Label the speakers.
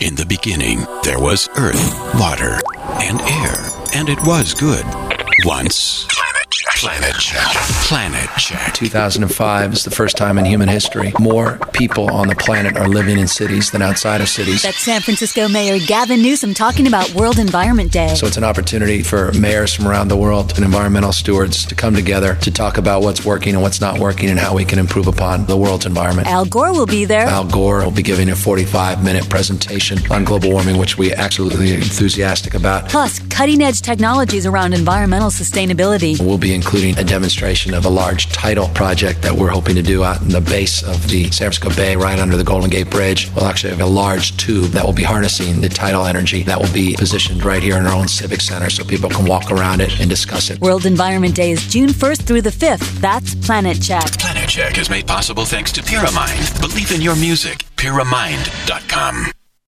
Speaker 1: In the beginning, there was earth, water, and air, and it was good. Once. Planet Chat. Planet Chat.
Speaker 2: 2005 is the first time in human history more people on the planet are living in cities than outside of cities.
Speaker 3: That's San Francisco Mayor Gavin Newsom talking about World Environment Day.
Speaker 2: So it's an opportunity for mayors from around the world and environmental stewards to come together to talk about what's working and what's not working and how we can improve upon the world's environment.
Speaker 3: Al Gore will be there.
Speaker 2: Al Gore will be giving a 45 minute presentation on global warming, which we absolutely enthusiastic about.
Speaker 3: Plus, cutting edge technologies around environmental sustainability.
Speaker 2: We'll be including a demonstration of a large tidal project that we're hoping to do out in the base of the San Francisco Bay, right under the Golden Gate Bridge. We'll actually have a large tube that will be harnessing the tidal energy that will be positioned right here in our own civic center so people can walk around it and discuss it.
Speaker 3: World Environment Day is June 1st through the 5th. That's Planet Check.
Speaker 1: Planet Check is made possible thanks to Pyramind. Believe in your music. Pyramind.com.